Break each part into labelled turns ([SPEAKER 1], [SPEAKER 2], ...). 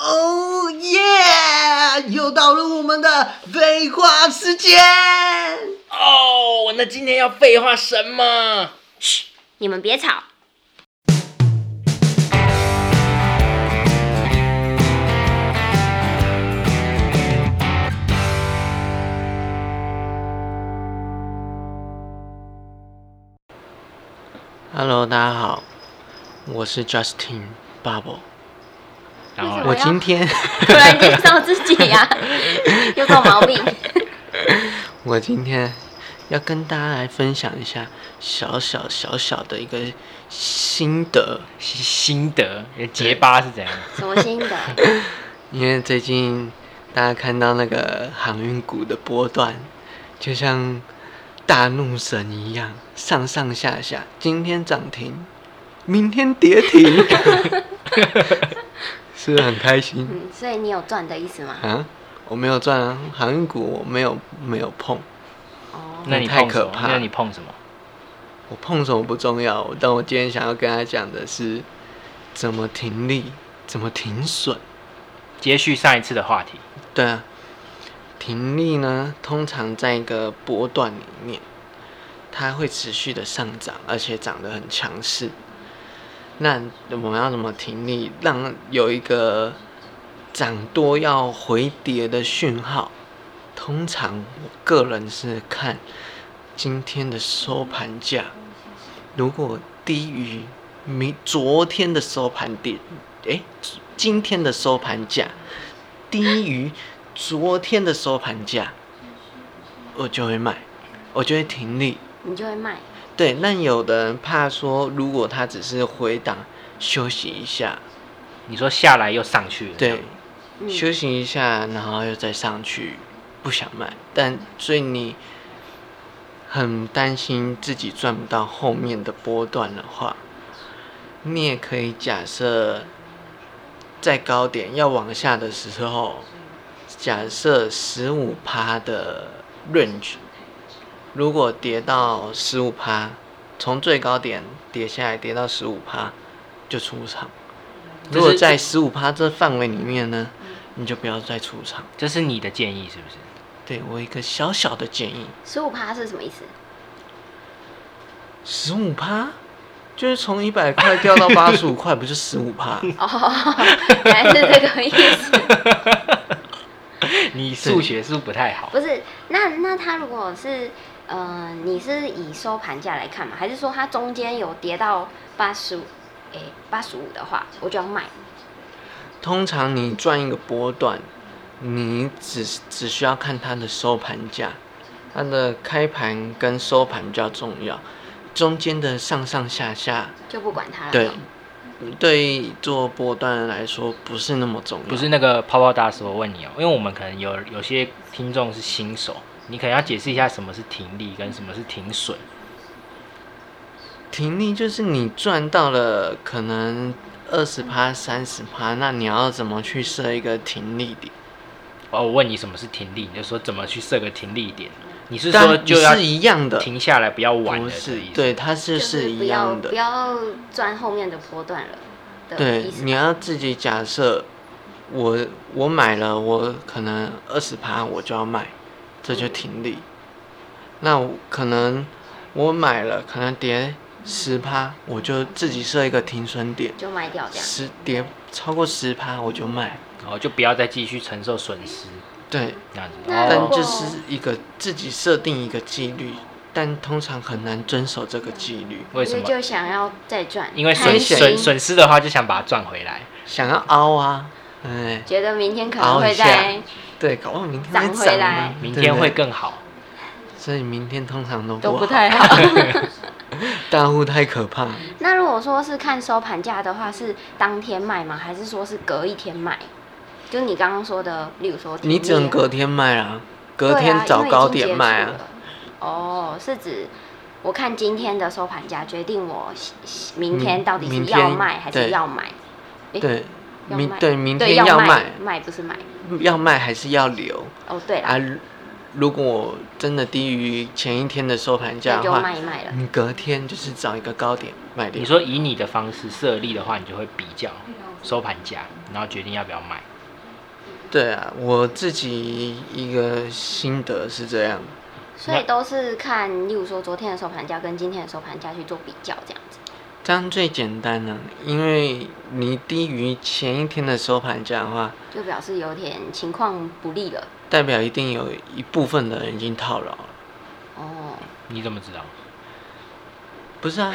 [SPEAKER 1] Oh 又到了我们的废话时间。
[SPEAKER 2] 哦，那今天要废话什么？
[SPEAKER 3] 嘘，你们别吵。
[SPEAKER 4] Hello，大家好，我是 Justin Bubble。
[SPEAKER 2] 然后
[SPEAKER 3] 为什么
[SPEAKER 4] 我
[SPEAKER 2] 嘞
[SPEAKER 4] 今天，
[SPEAKER 3] 突然介绍自己呀、 有种毛病。
[SPEAKER 4] 我今天要跟大家来分享一下小小小小的一个心得，
[SPEAKER 2] 心心得，你的结巴是怎样？
[SPEAKER 4] 嗯
[SPEAKER 3] 什么心得？
[SPEAKER 4] 因为最近大家看到那个航运股的波段，就像大怒神一样，上上下下，今天涨停，明天跌停，是不是很开心？
[SPEAKER 3] 嗯，所以你有赚的意思吗？
[SPEAKER 4] 啊，我没有赚啊，航运股我没有没有碰，
[SPEAKER 3] 哦，
[SPEAKER 2] 那你
[SPEAKER 4] 太
[SPEAKER 2] 碰什
[SPEAKER 4] 可
[SPEAKER 2] 么？
[SPEAKER 4] 怕
[SPEAKER 2] 那你碰什么？
[SPEAKER 4] 我碰什么不重要，但我今天想要跟他讲的是怎么停利，怎么停损。
[SPEAKER 2] 接续上一次的话题。
[SPEAKER 4] 对啊，停利呢，通常在一个波段里面，它会持续的上涨，而且涨得很强势。那我们要怎么停利，让有一个涨多要回跌的讯号？通常我个人是看今天的收盘价，如果低于明昨天的收盘点，诶，今天的收盘价低于昨天的收盘价，我就会卖，我就会停利。
[SPEAKER 3] 你就会卖。
[SPEAKER 4] 对，那有的人怕说，如果他只是回档休息一下，
[SPEAKER 2] 你说下来又上去了，这样
[SPEAKER 4] 对，
[SPEAKER 3] 嗯，
[SPEAKER 4] 休息一下，然后又再上去，不想卖，但所以你很担心自己赚不到后面的波段的话，你也可以假设在高点要往下的时候，假设十五趴的 range，如果跌到十五趴，从最高点跌下来跌到十五趴，就出场。如果
[SPEAKER 2] 就是
[SPEAKER 4] 在十五趴这范围里面呢，你就不要再出场。
[SPEAKER 2] 这是你的建议是不是？
[SPEAKER 4] 对我一个小小的建议，
[SPEAKER 3] 十五趴是什么意思？
[SPEAKER 4] 十五趴，就是从一百块掉到八十五块，不是十五趴？
[SPEAKER 3] 哦，原来是这个意思。
[SPEAKER 2] 你数学是不是不太好？
[SPEAKER 3] 不是，那那他如果是，呃，你是以收盘价来看嘛，还是说它中间有跌到八十五，哎，八十五的话，我就要卖。
[SPEAKER 4] 通常你赚一个波段，你只只需要看它的收盘价，它的开盘跟收盘比较重要，中间的上上下下，
[SPEAKER 3] 就不管它了。
[SPEAKER 4] 对，对于做波段来说不是那么重要。
[SPEAKER 2] 不是那个泡泡大师，我问你哦、因为我们可能有有些听众是新手，你可能要解释一下什么是停利跟什么是停损。
[SPEAKER 4] 停利，就是你赚到了可能二十趴、三十趴，那你要怎么去设一个停利点？
[SPEAKER 2] 哦，我问你什么是停利，你就说怎么去设个停利点。你是
[SPEAKER 4] 当
[SPEAKER 2] 说
[SPEAKER 4] 然
[SPEAKER 2] 就要
[SPEAKER 4] 是一样的，
[SPEAKER 2] 停下来，不要玩
[SPEAKER 4] 不
[SPEAKER 2] 了的
[SPEAKER 4] 是
[SPEAKER 2] 意思？，
[SPEAKER 4] 对，它是
[SPEAKER 3] 就是不
[SPEAKER 4] 一
[SPEAKER 3] 要
[SPEAKER 4] 样的
[SPEAKER 3] 不。要赚后面的波段了的
[SPEAKER 4] 对
[SPEAKER 3] 意，思
[SPEAKER 4] 你
[SPEAKER 3] 吧。
[SPEAKER 4] 要自己假设，我我买了，我可能二十趴我就要卖，这
[SPEAKER 3] 嗯
[SPEAKER 4] 就停利。那我可能我买了，可能跌十趴，我就自己设一个停损点，
[SPEAKER 3] 就卖掉这样。
[SPEAKER 4] 十跌超过十趴我就卖。
[SPEAKER 2] 然哦后就不要再继续承受损失
[SPEAKER 3] 嗯
[SPEAKER 4] 对，
[SPEAKER 2] 这样子。
[SPEAKER 3] 那如
[SPEAKER 4] 但
[SPEAKER 3] 果
[SPEAKER 2] 哦，
[SPEAKER 4] 就是一个自己设定一个纪律，但通常很难遵守这个纪律。
[SPEAKER 2] 为
[SPEAKER 3] 因
[SPEAKER 2] 什
[SPEAKER 3] 为
[SPEAKER 2] 么？
[SPEAKER 3] 就想要再赚，
[SPEAKER 2] 因为
[SPEAKER 3] 贪
[SPEAKER 2] 损
[SPEAKER 3] 心
[SPEAKER 2] 损损失的话，就想把它赚回来。
[SPEAKER 4] 想要凹啊，哎，
[SPEAKER 3] 觉得明天可能
[SPEAKER 4] 熬
[SPEAKER 3] 会
[SPEAKER 4] 一下
[SPEAKER 3] 再
[SPEAKER 4] 对，搞不好明天会
[SPEAKER 3] 涨回
[SPEAKER 4] 涨
[SPEAKER 3] 来
[SPEAKER 4] 啊
[SPEAKER 2] 明
[SPEAKER 4] 对
[SPEAKER 2] 天
[SPEAKER 4] 不
[SPEAKER 2] 会
[SPEAKER 4] 对
[SPEAKER 2] 更好。
[SPEAKER 4] 所以明天通常都不
[SPEAKER 3] 都
[SPEAKER 4] 好
[SPEAKER 3] 不太好。
[SPEAKER 4] 大户太可怕。
[SPEAKER 3] 那如果说是看收盘价的话，是当天卖吗？还是说是隔一天卖？就你刚刚说的，例如说停
[SPEAKER 4] 你只能
[SPEAKER 3] 利啊
[SPEAKER 4] 隔天卖啦，
[SPEAKER 3] 对啊
[SPEAKER 4] 隔天找高点
[SPEAKER 3] 啊
[SPEAKER 4] 卖
[SPEAKER 3] 因为已经结
[SPEAKER 4] 啊。
[SPEAKER 3] 束了。哦，是指我看今天的收盘价决定我明天到底是
[SPEAKER 4] 嗯明天
[SPEAKER 3] 要卖还是
[SPEAKER 4] 对
[SPEAKER 3] 要买？诶
[SPEAKER 4] 对，
[SPEAKER 3] 要
[SPEAKER 4] 明
[SPEAKER 3] 卖
[SPEAKER 4] 对明
[SPEAKER 3] 对，
[SPEAKER 4] 天要
[SPEAKER 3] 卖
[SPEAKER 4] 卖，
[SPEAKER 3] 卖不是买。
[SPEAKER 4] 要卖还是要留
[SPEAKER 3] 哦，对啦，
[SPEAKER 4] 啊？如果真的低于前一天的收盘价
[SPEAKER 3] 那
[SPEAKER 4] 的
[SPEAKER 3] 就
[SPEAKER 4] 话，
[SPEAKER 3] 卖一卖了。
[SPEAKER 4] 你隔天就是找一个高点卖掉
[SPEAKER 2] 你。说以你的方式设立的话，你就会比较收盘价，然后决定要不要卖。
[SPEAKER 4] 对啊，我自己一个心得是这样，
[SPEAKER 3] 所以都是看，例如说昨天的收盘价跟今天的收盘价去做比较，这样子。
[SPEAKER 4] 这样最简单了、因为你低于前一天的收盘价的话，
[SPEAKER 3] 就表示有点情况不利了。
[SPEAKER 4] 代表一定有一部分的人已经套牢了。
[SPEAKER 3] 哦，
[SPEAKER 2] 你怎么知道？
[SPEAKER 4] 不是啊，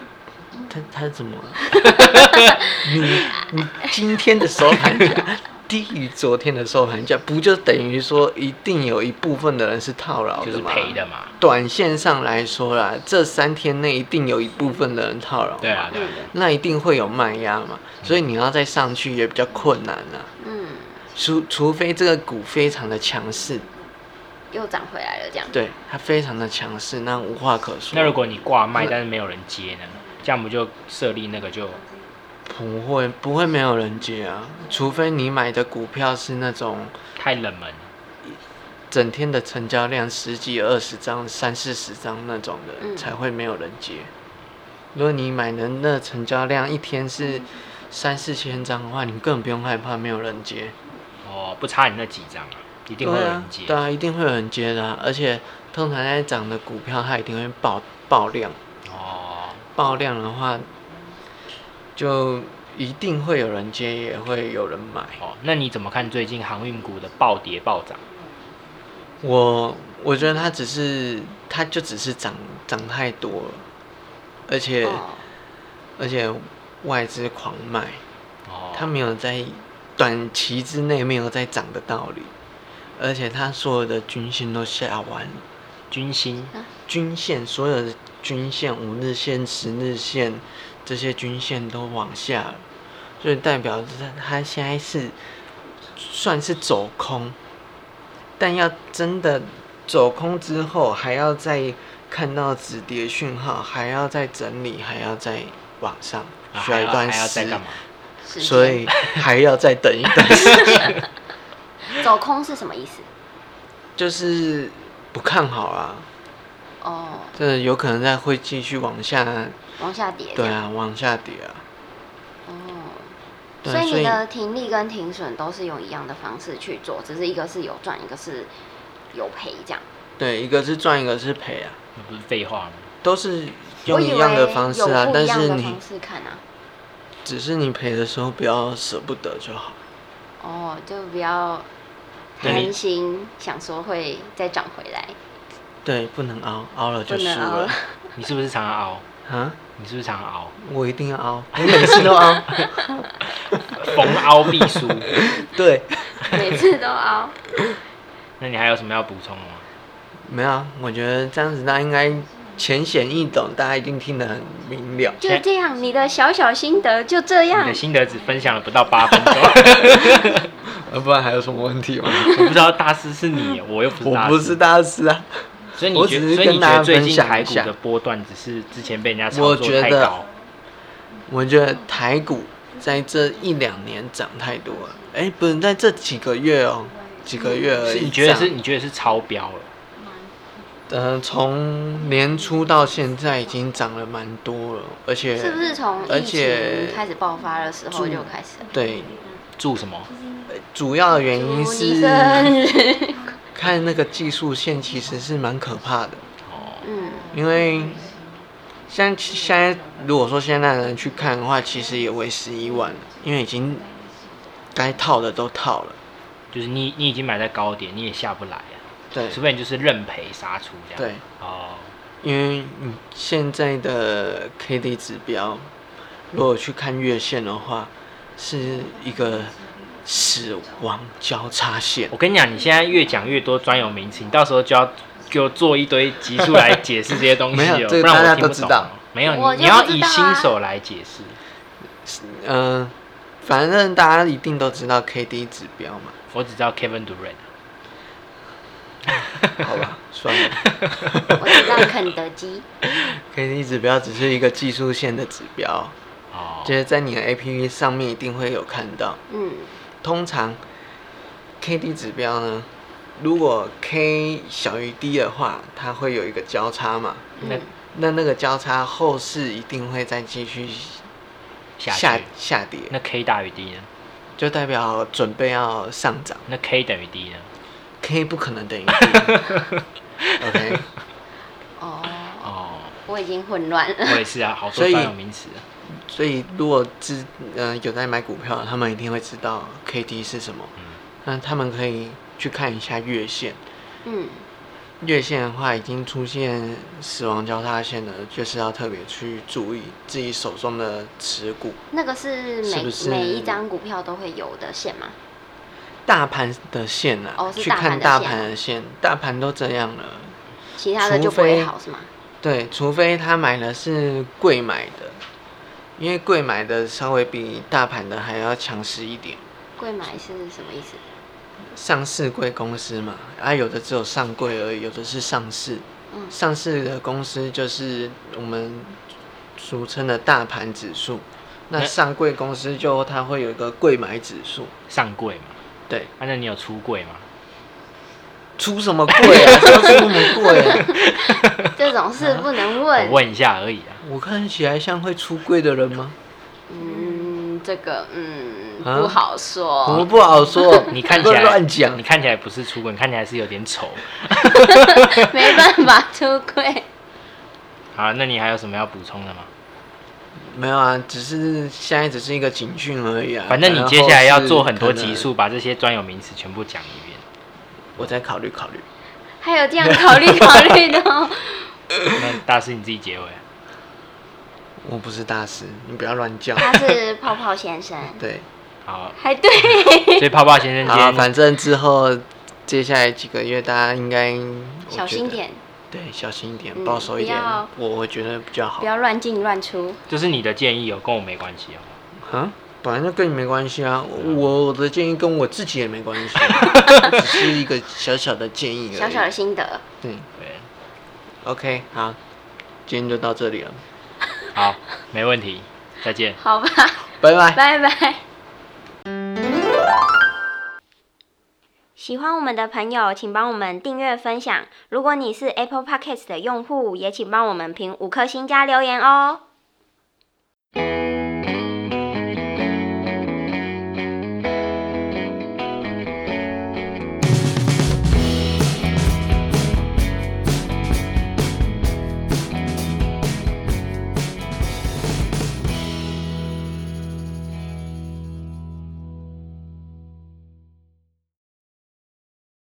[SPEAKER 4] 他他怎么 了？你你今天的收盘 价低于昨天的收盘价，不就等于说一定有一部分的人是套牢
[SPEAKER 2] 就
[SPEAKER 4] 的
[SPEAKER 2] 是
[SPEAKER 4] 吗？
[SPEAKER 2] 赔的。嘛。
[SPEAKER 4] 短线上来说啦，这三天内一定有一部分的人套牢，
[SPEAKER 2] 对啊，对啊，
[SPEAKER 3] 嗯
[SPEAKER 4] 那一定会有卖压嘛，所以你要再上去也比较困难啦、
[SPEAKER 3] 嗯，
[SPEAKER 4] 除除非这个股非常的强势，
[SPEAKER 3] 又涨回来了，这样。
[SPEAKER 4] 对它非常的强势，那无话可说。
[SPEAKER 2] 那如果你挂卖，但是没有人接呢？这样不就设立那个就
[SPEAKER 4] 不会，不会没有人接啊，除非你买的股票是那种
[SPEAKER 2] 太冷门了？
[SPEAKER 4] 整天的成交量十几、二十张、三四十张那种的，
[SPEAKER 3] 嗯
[SPEAKER 4] 才会没有人接。如果你买的那成交量一天是三四千张的话，你根本不用害怕没有人接，
[SPEAKER 2] 哦，不差你那几张啊，一定会有
[SPEAKER 4] 对
[SPEAKER 2] 人
[SPEAKER 4] 啊
[SPEAKER 2] 接。，
[SPEAKER 4] 对啊，一定会有人接的、啊。而且通常在涨的股票，它一定会爆爆量，
[SPEAKER 2] 哦，
[SPEAKER 4] 爆量的话，就一定会有人接，也会有人买。
[SPEAKER 2] 哦，那你怎么看最近航运股的暴跌暴涨？
[SPEAKER 4] 我我觉得它只是，它就只是涨涨太多了，而且、
[SPEAKER 3] 哦，
[SPEAKER 4] 而且外资狂卖，
[SPEAKER 2] 哦，
[SPEAKER 4] 它没有在短期之内没有在涨的道理，而且它所有的均线都下完了，
[SPEAKER 2] 军心
[SPEAKER 4] 均线所有的均线五日线、十日线这些均线都往下了，所以代表着它现在是算是走空，但要真的走空之后，还要再看到止跌讯号，还要再整理，还要再往上，
[SPEAKER 2] 啊
[SPEAKER 4] 需要
[SPEAKER 2] 还
[SPEAKER 4] 一
[SPEAKER 2] 要
[SPEAKER 4] 段
[SPEAKER 2] 还要
[SPEAKER 4] 时
[SPEAKER 2] 再干嘛？
[SPEAKER 3] 时间
[SPEAKER 4] 所以还要再等一段 时间，
[SPEAKER 3] 走空是什么意思？
[SPEAKER 4] 就是不看好啊，
[SPEAKER 3] 哦，
[SPEAKER 4] 这有可能再会继续往下，
[SPEAKER 3] 往下跌。
[SPEAKER 4] 对。啊，往下跌啊。
[SPEAKER 3] 哦，
[SPEAKER 4] 对啊
[SPEAKER 3] 所以
[SPEAKER 4] 所
[SPEAKER 3] 你
[SPEAKER 4] 以
[SPEAKER 3] 的停利跟停损都是用一样的方式去做，只是一个是有赚，一个是有赔这样。
[SPEAKER 4] 对，一个是赚，一个是赔啊，
[SPEAKER 2] 那不是废话吗？
[SPEAKER 4] 都是
[SPEAKER 3] 我
[SPEAKER 4] 用
[SPEAKER 3] 以
[SPEAKER 4] 一
[SPEAKER 3] 为
[SPEAKER 4] 样的方式啊
[SPEAKER 3] 有，不一
[SPEAKER 4] 但
[SPEAKER 3] 样
[SPEAKER 4] 是
[SPEAKER 3] 的
[SPEAKER 4] 你
[SPEAKER 3] 方式看啊。
[SPEAKER 4] 只是你赔的时候不要舍不得就好。
[SPEAKER 3] 哦，就不要
[SPEAKER 4] 对
[SPEAKER 3] 贪心，想说会再涨回来，
[SPEAKER 4] 对，不能熬，熬
[SPEAKER 3] 不
[SPEAKER 4] 了就输
[SPEAKER 3] 能熬
[SPEAKER 4] 了
[SPEAKER 3] 了。
[SPEAKER 2] 你是不是常常熬？
[SPEAKER 4] 啊！
[SPEAKER 2] 你是不是常常熬？
[SPEAKER 4] 我一定要熬，我每次都 熬。
[SPEAKER 2] 逢凹必输。
[SPEAKER 4] 对，
[SPEAKER 3] 每次都熬。
[SPEAKER 2] 那你还有什么要补充的吗？
[SPEAKER 4] 没有啊，我觉得这样子大家应该浅显易懂，大家一定听得很明了。
[SPEAKER 3] 就这样，你的小小心得就这
[SPEAKER 2] 你
[SPEAKER 3] 样
[SPEAKER 2] 的。心得只分享了不到八分 钟，
[SPEAKER 4] 呃不然还有什么问题吗？
[SPEAKER 2] 我不知道大师是你，我又不 是
[SPEAKER 4] 我
[SPEAKER 2] 大师，
[SPEAKER 4] 不是大师啊，
[SPEAKER 2] 所以你
[SPEAKER 4] 我
[SPEAKER 2] 觉
[SPEAKER 4] 只
[SPEAKER 2] 得，
[SPEAKER 4] 是
[SPEAKER 2] 所以你
[SPEAKER 4] 跟
[SPEAKER 2] 觉
[SPEAKER 4] 大
[SPEAKER 2] 得
[SPEAKER 4] 家
[SPEAKER 2] 最
[SPEAKER 4] 分
[SPEAKER 2] 近
[SPEAKER 4] 享
[SPEAKER 2] 台
[SPEAKER 4] 一
[SPEAKER 2] 股
[SPEAKER 4] 下
[SPEAKER 2] 的波段只是之前被人家炒
[SPEAKER 4] 我
[SPEAKER 2] 作
[SPEAKER 4] 觉
[SPEAKER 2] 太
[SPEAKER 4] 得
[SPEAKER 2] 高，
[SPEAKER 4] 我觉得台股在这一两年涨太多了。哎，不是在这几个月哦，几个月而
[SPEAKER 2] 是
[SPEAKER 4] 已。
[SPEAKER 2] 你觉得
[SPEAKER 4] 涨
[SPEAKER 2] 是你觉得是超标了？
[SPEAKER 4] 呃，从年初到现在已经涨了蛮多了，而且
[SPEAKER 3] 是不是从
[SPEAKER 4] 而
[SPEAKER 3] 疫
[SPEAKER 4] 且
[SPEAKER 3] 情开始爆发的时候就开始了？
[SPEAKER 4] 对，
[SPEAKER 2] 祝什么？
[SPEAKER 4] 主要的原
[SPEAKER 3] 祝
[SPEAKER 4] 因
[SPEAKER 3] 你生
[SPEAKER 4] 是
[SPEAKER 3] 日。
[SPEAKER 4] 看那个技术线其实是蛮可怕的，
[SPEAKER 2] 哦，
[SPEAKER 3] 嗯，
[SPEAKER 4] 因为像现在如果说现在的人去看的话，其实也为时已晚了，因为已经该套的都套了，
[SPEAKER 2] 就是你你已经买在高点，你也下不来啊，
[SPEAKER 4] 对
[SPEAKER 2] 除非你就是认赔杀出这样。
[SPEAKER 4] 对，
[SPEAKER 2] 哦，
[SPEAKER 4] 因为你现在的 K D 指标，如果去看月线的话，是一个死亡交叉线。
[SPEAKER 2] 我跟你讲，你现在越讲越多专有名词，你到时候就要给我做一堆集数来解释这些东西
[SPEAKER 4] 没有
[SPEAKER 2] 哦，
[SPEAKER 4] 这个
[SPEAKER 2] 不然
[SPEAKER 4] 大
[SPEAKER 2] 我
[SPEAKER 4] 家
[SPEAKER 2] 听不
[SPEAKER 4] 都知
[SPEAKER 2] 懂
[SPEAKER 4] 道
[SPEAKER 2] 哦。没有，
[SPEAKER 3] 我
[SPEAKER 2] 你
[SPEAKER 3] 就
[SPEAKER 2] 你要
[SPEAKER 3] 不知
[SPEAKER 2] 以
[SPEAKER 3] 道啊
[SPEAKER 2] 新手来解释。
[SPEAKER 4] 嗯、反正大家一定都知道 K D 指标嘛，
[SPEAKER 2] 我只知道 Kevin Durant，啊
[SPEAKER 4] 好吧，算了
[SPEAKER 3] 嗯我知道肯德 基。
[SPEAKER 4] ，K D 指标只是一个技术线的指标，
[SPEAKER 2] 哦，
[SPEAKER 4] 就是在你的 A P P 上面一定会有看到。
[SPEAKER 3] 嗯，
[SPEAKER 4] 通常 K D 指标呢，如果 K 小于 D 的话，它会有一个交叉嘛，
[SPEAKER 2] 那
[SPEAKER 3] 嗯
[SPEAKER 4] 那那个交叉后市一定会再继续
[SPEAKER 2] 下去
[SPEAKER 4] 下跌，
[SPEAKER 2] 那 K 大于 D 呢？
[SPEAKER 4] 就代表准备要上涨
[SPEAKER 2] 那 K 等于 D 呢？
[SPEAKER 4] ，K 不可能 等于 D。OK，
[SPEAKER 3] 哦，
[SPEAKER 2] 哦，
[SPEAKER 3] 我已经混乱了。
[SPEAKER 2] 我 也是啊，好
[SPEAKER 4] 所
[SPEAKER 2] 多
[SPEAKER 4] 以
[SPEAKER 2] 专有名词啊。
[SPEAKER 4] 所以如果知呃有在买股票的，他们一定会知道 K D 是什么。那他们可以去看一下月线，
[SPEAKER 3] 嗯，
[SPEAKER 4] 月线的话已经出现死亡交叉线了，就是要特别去注意自己手中的持股。
[SPEAKER 3] 那个是
[SPEAKER 4] 是不
[SPEAKER 3] 每
[SPEAKER 4] 是
[SPEAKER 3] 每一张股票都会有的线吗？
[SPEAKER 4] 大盘的线啊，
[SPEAKER 3] 哦是
[SPEAKER 4] 去
[SPEAKER 3] 大
[SPEAKER 4] 看
[SPEAKER 3] 盘的
[SPEAKER 4] 大
[SPEAKER 3] 线
[SPEAKER 4] 盘
[SPEAKER 3] 哦
[SPEAKER 4] 的线，大盘都这样了。
[SPEAKER 3] 其他的就不
[SPEAKER 4] 除非
[SPEAKER 3] 会好是吗？
[SPEAKER 4] 对，除非他买的是贵买的，因为贵买的稍微比大盘的还要强势一点。
[SPEAKER 3] 贵买是什么意思？
[SPEAKER 4] 上市贵公司嘛，啊，有的只有上柜而已，有的是上市。
[SPEAKER 3] 嗯
[SPEAKER 4] 上市的公司就是我们俗称的大盘指数，那
[SPEAKER 2] 那
[SPEAKER 4] 上柜公司就它会有一个贵买指数。
[SPEAKER 2] 上柜嘛，
[SPEAKER 4] 对，
[SPEAKER 2] 啊，那你有出柜吗？
[SPEAKER 4] 出什么柜啊？ 出什么柜啊？
[SPEAKER 3] 这种事不能
[SPEAKER 2] 我
[SPEAKER 3] 问。
[SPEAKER 2] 问一下而已啊。
[SPEAKER 4] 我看起来像会出柜的人吗？
[SPEAKER 3] 嗯，这个嗯
[SPEAKER 4] 啊
[SPEAKER 3] 不好说。
[SPEAKER 4] 我们不好说，
[SPEAKER 2] 哦你看
[SPEAKER 4] 不
[SPEAKER 2] 起来
[SPEAKER 4] 要乱讲
[SPEAKER 2] 你。看起来不是出柜，你看起来是有点丑。
[SPEAKER 3] 没办法出柜。
[SPEAKER 2] 好，那你还有什么要补充的吗？
[SPEAKER 4] 没有啊，只是现在只是一个警讯而已啊。
[SPEAKER 2] 反正你接下来要做很多
[SPEAKER 4] 可能
[SPEAKER 2] 集数，把这些专有名词全部讲一 遍。
[SPEAKER 4] 我再考虑考虑。
[SPEAKER 3] 还有这样考虑考虑的哦。
[SPEAKER 2] 那大师你自己结尾啊。
[SPEAKER 4] 我不是大师，你不要乱 叫。
[SPEAKER 3] 他是泡泡先 生，
[SPEAKER 4] 对，
[SPEAKER 2] 好，
[SPEAKER 3] 还哎对，
[SPEAKER 2] 所以泡泡先生
[SPEAKER 4] 好
[SPEAKER 2] 今
[SPEAKER 4] 啊，
[SPEAKER 2] 天
[SPEAKER 4] 反正之后接下来几个月大家应该我
[SPEAKER 3] 小心
[SPEAKER 4] 觉得，
[SPEAKER 3] 点，
[SPEAKER 4] 对，小心一点，
[SPEAKER 3] 嗯
[SPEAKER 4] 保守一点
[SPEAKER 3] 不要，
[SPEAKER 4] 我我觉得比较好
[SPEAKER 3] 不。要乱进乱出。
[SPEAKER 2] 就是你的建议哦，跟我没关系哦。
[SPEAKER 4] 啊，本来就跟你没关系啊，我我的建议跟我自己也没关系，啊 只是一个小小的建议而已。
[SPEAKER 3] 小小的心得，
[SPEAKER 4] 对
[SPEAKER 2] 对，
[SPEAKER 4] ，OK，好，今天就到这里了，
[SPEAKER 2] 好，没问题，再见。
[SPEAKER 3] 好吧，
[SPEAKER 4] 拜拜。
[SPEAKER 3] 拜拜。喜欢我们的朋友，请帮我们订阅分享。如果你是 Apple Podcast 的用户，也请帮我们评五颗星加留言哦。